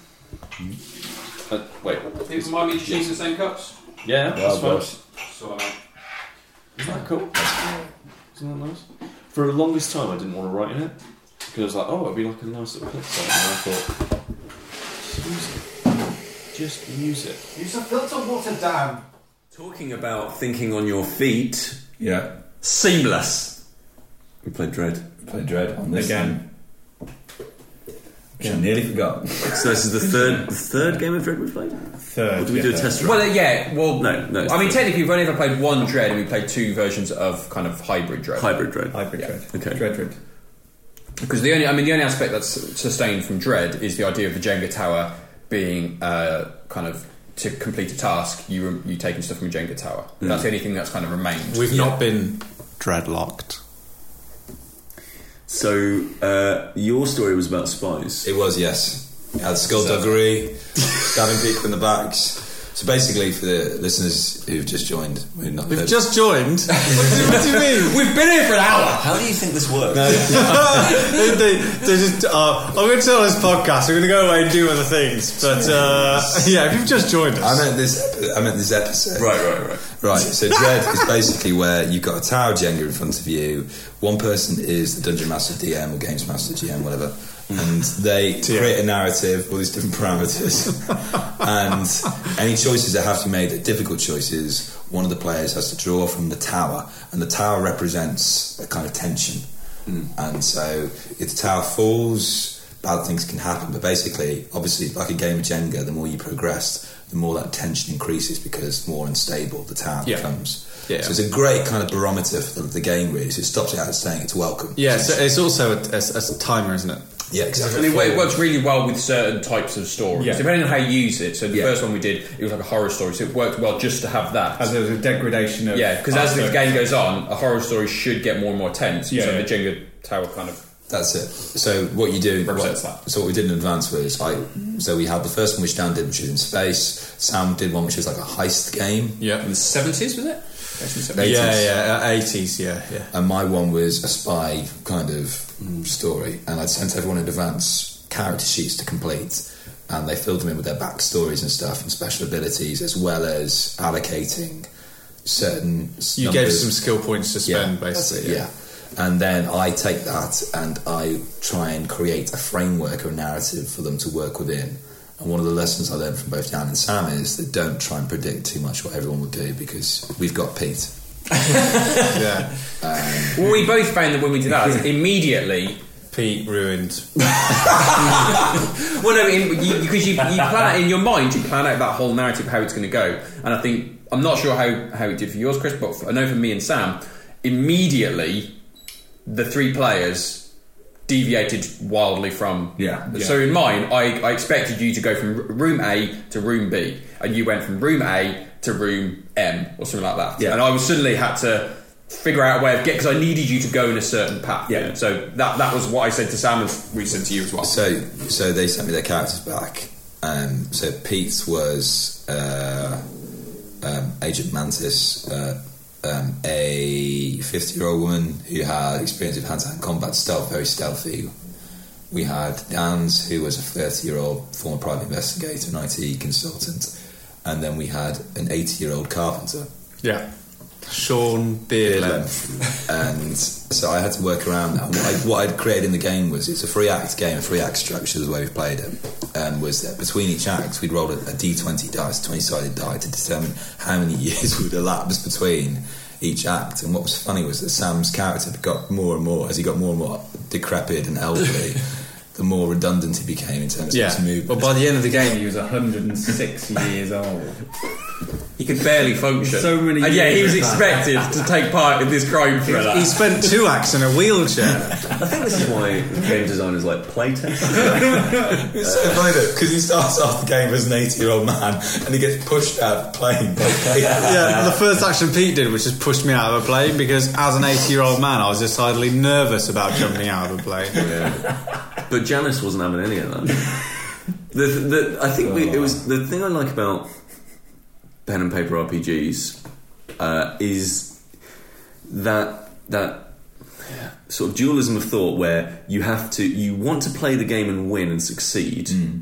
Uh, wait. People mind me shooting the same cups? Yeah, that's well. fine. Isn't that cool? Isn't that nice? For the longest time, I didn't want to write in it because I was like, oh, it'd be like a nice little clip song. And I thought, just use it. Just use it. Use a filter water down. Talking about thinking on your feet. Yeah, Seamless. We played Dread. we played Dread on this Again. one, which I nearly forgot. So this is the third the third game of Dread we've played. Or Third. did we do a test run? Well, uh, yeah, well. No, no, it's I mean, true. technically, we've only ever played one Dread and we played two versions of kind of hybrid Dread. Hybrid Dread. Hybrid Yeah. dread. Okay. Dread dread. Because the only, I mean, the only aspect that's sustained from Dread is the idea of the Jenga tower being uh, kind of to complete a task, you you taking stuff from a Jenga tower. That's the only thing that's kind of remained. Hmm. We've not been dreadlocked. So uh, your story was about spies. It was, yes. It had skullduggery, stabbing people in the backs. So basically, for the listeners who've just joined, we've not We've heard- just joined. what, do you, what do you mean? We've been here for an hour. How do you think this works? they, they, they just, uh, I'm going to tell this podcast. We're going to go away and do other things. But uh, yeah, if you've just joined I us, meant this. epi- I meant this episode. Right, right, right. Right, so Dread is basically where you've got a tower Jenga in front of you. One person is the Dungeon Master DM or Games Master GM, whatever, and they create a narrative, all these different parameters. and any choices that have to be made are difficult choices. One of the players has to draw from the tower, and the tower represents a kind of tension. Hmm. And so if the tower falls, bad things can happen. But basically, obviously, like a game of Jenga, the more you progress, the more that tension increases because the more unstable the tower Yeah. becomes. Yeah. So it's a great kind of barometer for the, the game, really. So it stops it out of saying it's welcome. yeah, so it's also a, a- a timer, isn't it? Yeah, exactly. I mean, it works really well with certain types of stories, Yeah. depending on how you use it. So the Yeah. first one we did, it was like a horror story, so it worked well just to have that. As there's a degradation of. yeah, because as the game goes on, a horror story should get more and more tense. Yeah, so yeah. the Jenga tower kind of That's it. So what you do Represents what- So what we did in advance was I. So we had the first one which Dan did, which was in space. Sam did one which was like a heist game, Yeah. in the seventies was it? Yeah, 80s. yeah, uh, 80s, yeah, yeah. and my one was a spy kind of story. And I'd sent everyone in advance character sheets to complete, and they filled them in with their backstories and stuff and special abilities, as well as allocating certain. You gave numbers- some skill points to spend, basically. that's it, yeah. And then I take that and I try and create a framework or narrative for them to work within. And one of the lessons I learned from both Dan and Sam is that don't try and predict too much what everyone will do because we've got Pete. yeah. yeah. Well, we both found that when we did that, immediately. Pete ruined. Well, no, because you, 'cause you, you plan out in your mind, you plan out that whole narrative how it's going to go, and I think I'm not sure how how it did for yours, Chris, but for, I know for me and Sam, immediately the three players deviated wildly from. Yeah. So in mine, I, I expected you to go from r- room A to room B, and you went from room A to room M or something like that. Yeah. And I was suddenly had to figure out a way of get because I needed you to go in a certain path. Yeah. So that that was what I said to Sam, and we said to you as well. So, so they sent me their characters back. Um, so Pete's was uh, um, Agent Mantis, uh, um, a fifty-year-old woman who had experience with hand-to-hand combat, stealth, very stealthy. We had Dan's, who was a thirty-year-old former private investigator and IT consultant, and then we had an eighty-year-old carpenter. Yeah. Sean Beard beard length. length. and so I had to work around that. And What, I, what I'd created in the game was it's a three act game, three act structure the way we played it. Um, was that between each act we'd roll a a d20 dice, 20 sided die to determine how many years would elapse between each act. And what was funny was that Sam's character got more and more as he got more and more decrepit and elderly. The more redundant he became in terms of Yeah, his movement. But by the end of the game, he was 106 years old. He could barely function. So many And yeah, he years was of expected to take part in this crime thriller. He spent two acts in a wheelchair. I think this is why game designers like playtest. It's so funny though, because he starts off the game as an 80 year old man and he gets pushed out of the plane by yeah, the first action Pete did was just push me out of a plane because as an 80 year old man, I was decidedly nervous about jumping out of a plane. But Janice wasn't having any of that. the, the, I think we, it was Oh. the thing I like about pen and paper RPGs uh, is that that sort of dualism of thought where you have to you want to play the game and win and succeed, Hmm.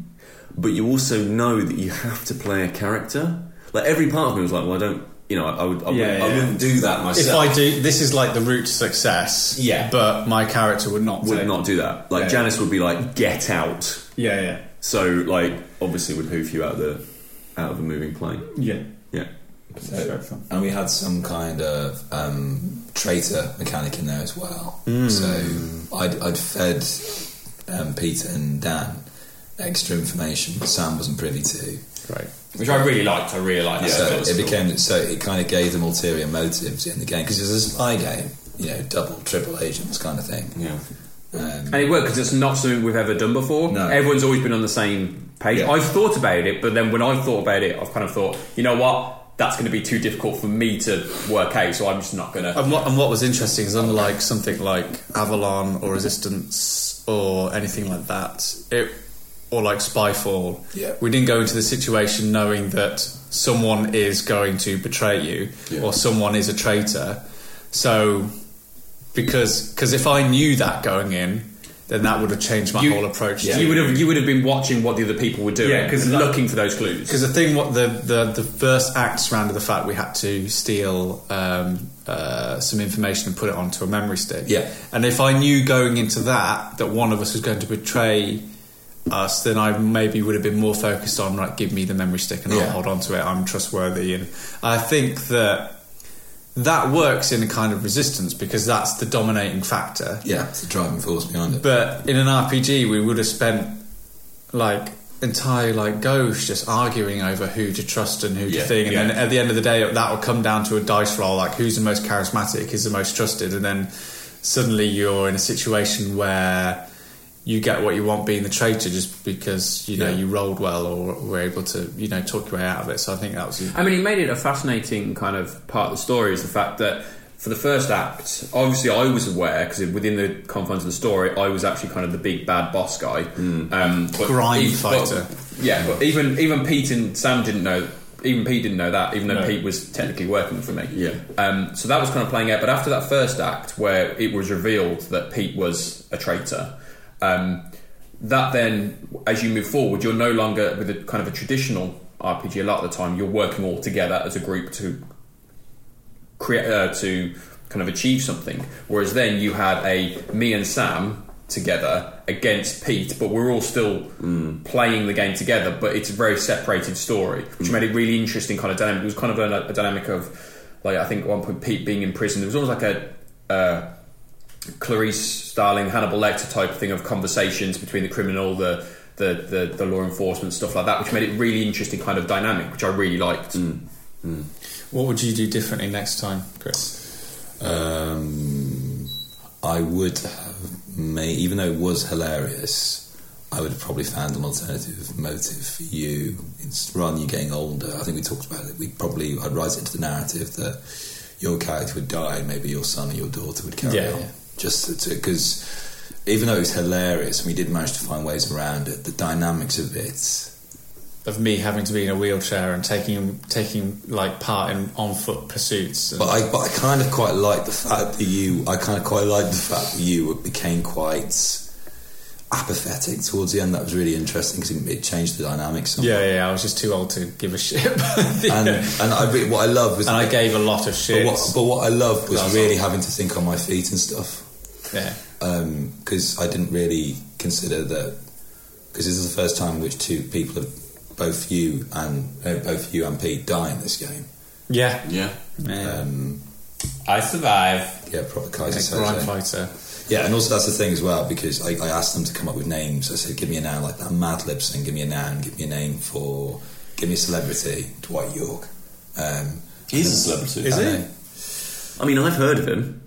but you also know that you have to play a character. Like every part of me was like, well, I don't. You know, I, I would. I, Yeah, wouldn't- I yeah. wouldn't do that If myself. I do, this is like the route to success. Yeah. But my character would not would take not do that. Like Yeah. Janice would be like, "Get out." Yeah, yeah. So like, obviously, would hoof you out of the out of a moving plane. Yeah. Yeah. And we had some kind of um, traitor mechanic in there as well. So I'd, I'd fed um, Peter and Dan extra information that Sam wasn't privy to. Great. Which I really liked. I really liked that. so That it was cool. became so it kind of gave them ulterior motives in the game because it was a spy game, you know, double, triple agents kind of thing. Yeah. Um, And it worked because it's not something we've ever done before. No. Everyone's always been on the same page. Yeah. I've thought about it, but then when I've thought about it, I've kind of thought, you know what? That's going to be too difficult for me to work out, so I'm just not going to. And what, and what was interesting is unlike something like Avalon or Resistance or anything like that, it or like Spyfall, Yeah. we didn't go into the situation knowing that someone is going to betray you Yeah. or someone is a traitor. So because because if I knew that going in, then that would have changed my You- whole approach. You would have you would have been watching what the other people were doing, Yeah, 'cause and like- looking for those clues. Because the thing, what the, the, the first act surrounded the fact we had to steal um, uh, some information and put it onto a memory stick. Yeah. And if I knew going into that that one of us was going to betray us, then I maybe would have been more focused on like, give me the memory stick and Yeah. I'll hold on to it. I'm trustworthy, and I think that that works in a kind of resistance because that's the dominating factor. yeah, it's the driving force behind it. But in an RPG, we would have spent like entire like goes just arguing over who to trust and who Yeah, to thing, and yeah. then at the end of the day, that will come down to a dice roll, like who's the most charismatic, who's the most trusted, and then suddenly you're in a situation where you get what you want being the traitor just because you know Yeah. you rolled well or were able to you know talk your way out of it. So I think that was I mean, it made it a fascinating kind of part of the story is the fact that for the first act, obviously I was aware because within the confines of the story, I was actually kind of the big bad boss guy, um, but Grime ev- but- fighter. yeah, but even even Pete and Sam didn't know. Even Pete didn't know that, even though No. Pete was technically working for me. Yeah. Um, so that was kind of playing out. But after that first act, where it was revealed that Pete was a traitor, um, that then, as you move forward, you're no longer with a kind of a traditional RPG. A lot of the time, you're working all together as a group to create uh, to kind of achieve something. Whereas then you had a me and Sam together against Pete, but we're all still playing the game together. But it's a very separated story, which made it really interesting kind of dynamic. It was kind of a, a dynamic of like I think at one point Pete being in prison. There was almost like a uh, Clarice Starling, Hannibal Lecter type thing of conversations between the criminal, the the, the, the law enforcement stuff like that, which made it really interesting kind of dynamic, which I really liked. what would you do differently next time, Chris? Um, I would have made, even though it was hilarious, I would have probably found an alternative motive for you. It's, rather than you getting older, I think we talked about it. We probably I'd write it into the narrative that your character would die, and maybe your son or your daughter would carry Yeah, on. yeah. Just because, even though it was hilarious, and we did manage to find ways around it, the dynamics of it. Of me having to be in a wheelchair and taking taking like part in on foot pursuits. and- But I, but I kind of quite like the fact that you. I kind of quite like the fact that you became quite. apathetic towards the end. That was really interesting because it, it changed the dynamics. Yeah, yeah, yeah, I was just too old to give a shit. about And the- and I, re- what I love was and I gave a lot of shit. But what, but what I loved That was was really all. having to think on my feet and stuff yeah. because I didn't really consider that because this is the first time in which two people have both you and uh, both you and Pete die in this game. Yeah. Yeah. I survive. Yeah, proper Kaiser Like Grind Soze. Fighter. Yeah, and also that's the thing as well because I, I asked them to come up with names. I said, "Give me a noun like that Mad Libs thing. Give me a noun. Give me a name for. Give me a celebrity. Dwight York. Um, He's a celebrity. Is I it? know. I mean, I've heard of him.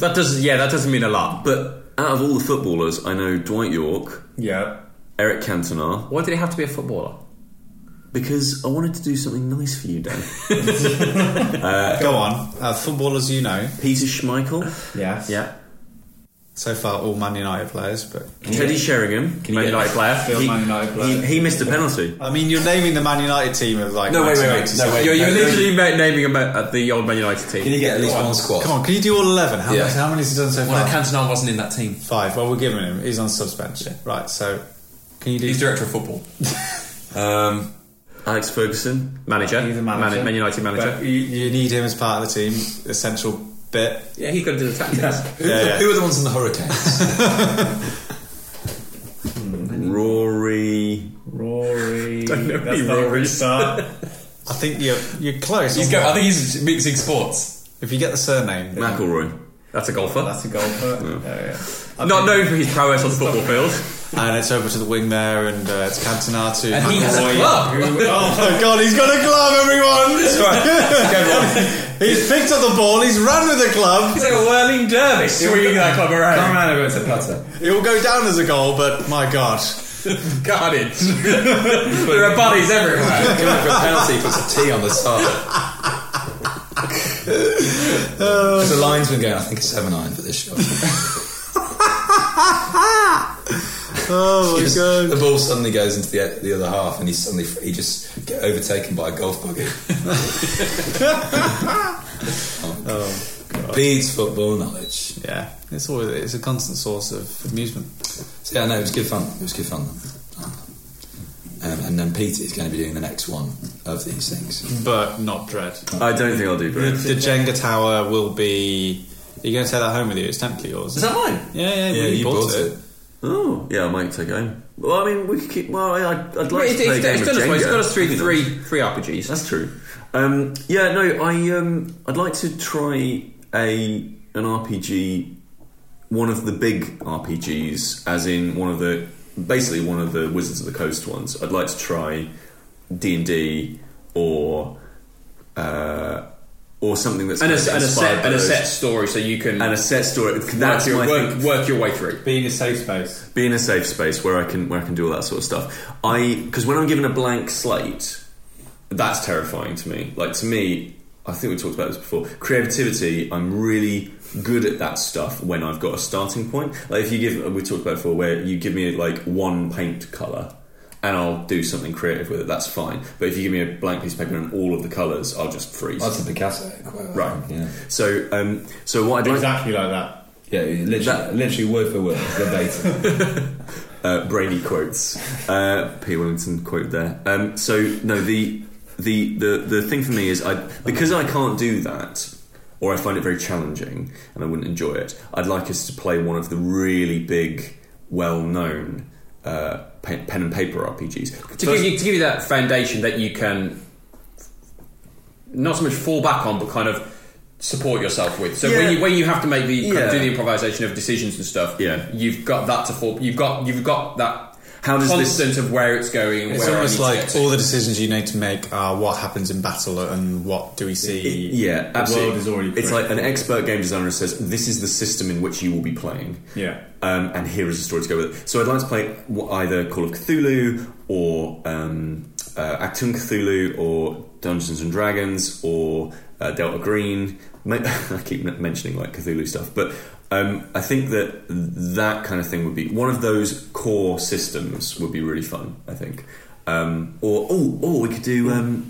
That doesn't. Yeah, that doesn't mean a lot. But out of all the footballers, I know Dwight York, Yeah. Eric Cantona, Why did it have to be a footballer? because I wanted to do something nice for you, Dan. Go on. Uh, footballers, you know. Peter Schmeichel. Yes. Yeah. So far, all Man United players, but. Teddy Sheringham. Man United player. He- Man United He, he missed a penalty. I mean, you're naming the Man United team of like. No, wait, wait, wait, 1987. no, wait. You're, you're No, literally ma- naming him at at the old Man United Can team. you get at least one squad? Come on, can you do all 11? How, Yeah. many, how many has he done so far? Cantona wasn't in that team. Five. Well, we're giving him. He's on suspension. Right, so. Can you do. director of football. Um, Alex Ferguson. Manager. He's a manager. Man, Man United But manager. you, you need him as part of the team, essential bit. yeah, he could do the tactics. Who, Yeah, were the, yeah. who were the ones in the Hurricanes? Rory. Rory. That's not a restart. I think you're you're close. I think he's mixing sports. if you get the surname, then McElroy. That's a golfer. that's a goal. Not known for his prowess on the football field. And it's over to the wing there, and uh, it's Cantona to. And he has a McElroy. club. oh my god, he's got a club, everyone! he's picked up the ball, he's run with the club. He's like a whirling dervish swinging that club around. remember it's a putter. He'll go down as a goal, but my god. Carnage. there are bodies everywhere. Give him a penalty, puts a T on the side. the linesman going, I think it's 7 9 for this shot. Oh my god. the ball suddenly goes into the, the other half and he's suddenly he just get overtaken by a golf buggy. Beads Oh, football knowledge. Yeah, it's always it's a constant source of amusement. So, yeah, no, it was good fun. It was good fun. Um, and then Peter is going to be doing the next one of these things. But not dread. I don't think I'll do The, great. the Jenga tower will be. Are you going to take that home with you? It's temporarily yours. Is that mine? yeah, yeah, Yeah, we you bought it. Oh, yeah, I might take it home. Well, I mean, we could keep. Well, I, I'd I'd like Well, to it's, play a it's, game it's of done us well. It's Jenga. got us through You know, three three RPGs. That's true. Um, yeah, no, I um, I'd like to try a an RPG, one of the big RPGs, as in one of the basically one of the Wizards of the Coast ones. I'd like to try D and D or uh, or something that's And a, kind of and a inspired set by and a those- set story, so you can and a set story. work, That's your, my work, thing. work your way through. Being a safe space. Be in a safe space where I can where I can do all that sort of stuff. I because when I'm given a blank slate, that's terrifying to me. Like to me, I think we talked about this before. Creativity, I'm really good at that stuff when I've got a starting point. Like if you give, we talked about it before, where you give me like one paint color. And I'll do something creative with it. That's fine. But if you give me a blank piece of paper and all of the colours, I'll just freeze. That's a Picasso. Quite well. right. Yeah. So, um, so what I'd like Exactly like that. Yeah, literally, literally word for word, verbatim. uh, brainy quotes. Uh, P. Wellington quote there. Um, so no, the the the the thing for me is I because I can't do that, or I find it very challenging, and I wouldn't enjoy it. I'd like us to play one of the really big, well-known uh, pen, pen and paper RPGs. To give, you, to give you that foundation that you can not so much fall back on, but kind of support yourself with. So Yeah. when you when you have to make the kind of Yeah. do the improvisation of decisions and stuff, Yeah. you've got that to fall. You've got you've got that. How does this- constant of where it's going? and It's where I almost need to like get to. all the decisions you need to make are what happens in battle and what do we see. yeah, absolutely. world is already it's like an expert game designer says this is the system in which you will be playing. Yeah. um, and here is a story to go with it. So I'd like to play w- either Call of Cthulhu or um, uh, Actum Cthulhu or Dungeons and Dragons or uh, Delta Green. Ma- I keep n- mentioning like Cthulhu stuff, but um, I think that that kind of thing would be one of those core systems would be really fun. I think, um, or oh, or we could do. Um,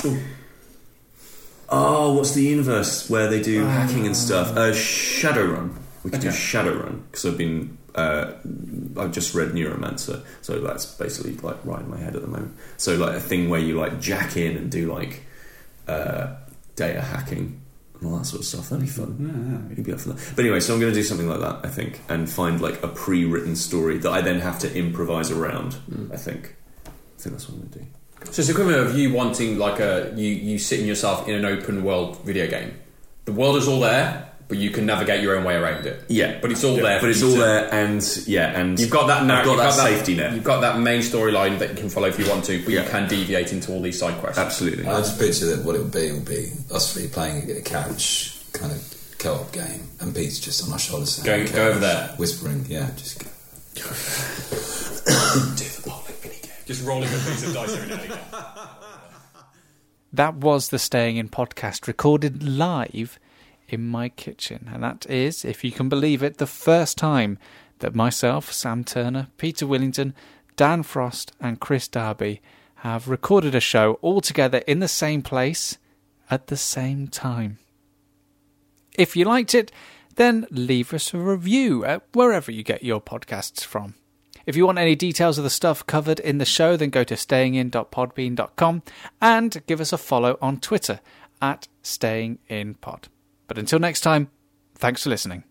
Oh, what's the Uh, universe where they do hacking and stuff? Uh, Shadowrun. We could do Shadowrun because I've been uh, I've just read Neuromancer, so that's basically like right in my head at the moment. So like a thing where you like jack in and do like uh, data hacking and all that sort of stuff. That'd be fun. Yeah, You'd be up for that. But anyway, so I'm going to do something like that, I think, and find like a pre-written story that I then have to improvise around. I think. I think that's what I'm going to do. So it's equivalent of you wanting like a you you sitting yourself in an open world video game. The world is all there, but you can navigate your own way around it. Yeah, but it's all there. for But it's you all to- there, and yeah, and You've got that. narr- I've got you've that safety net. You've got that main storyline that you can follow if you want to, but Yeah. you can deviate into all these side quests. absolutely. I just picture that what it would be would be us three playing a couch kind of co-op game, and Pete's just on our shoulder saying, Go- go "Couch," over there. whispering, "Yeah, just go." Just rolling a piece of dice every now and again. That was the Staying In podcast recorded live in my kitchen. And that is, if you can believe it, the first time that myself, Sam Turner, Peter Willington, Dan Frost, and Chris Darby have recorded a show all together in the same place at the same time. If you liked it, then leave us a review at wherever you get your podcasts from. If you want any details of the stuff covered in the show, then go to stayingin.podbean.com and give us a follow on Twitter at stayinginpod. But until next time, thanks for listening.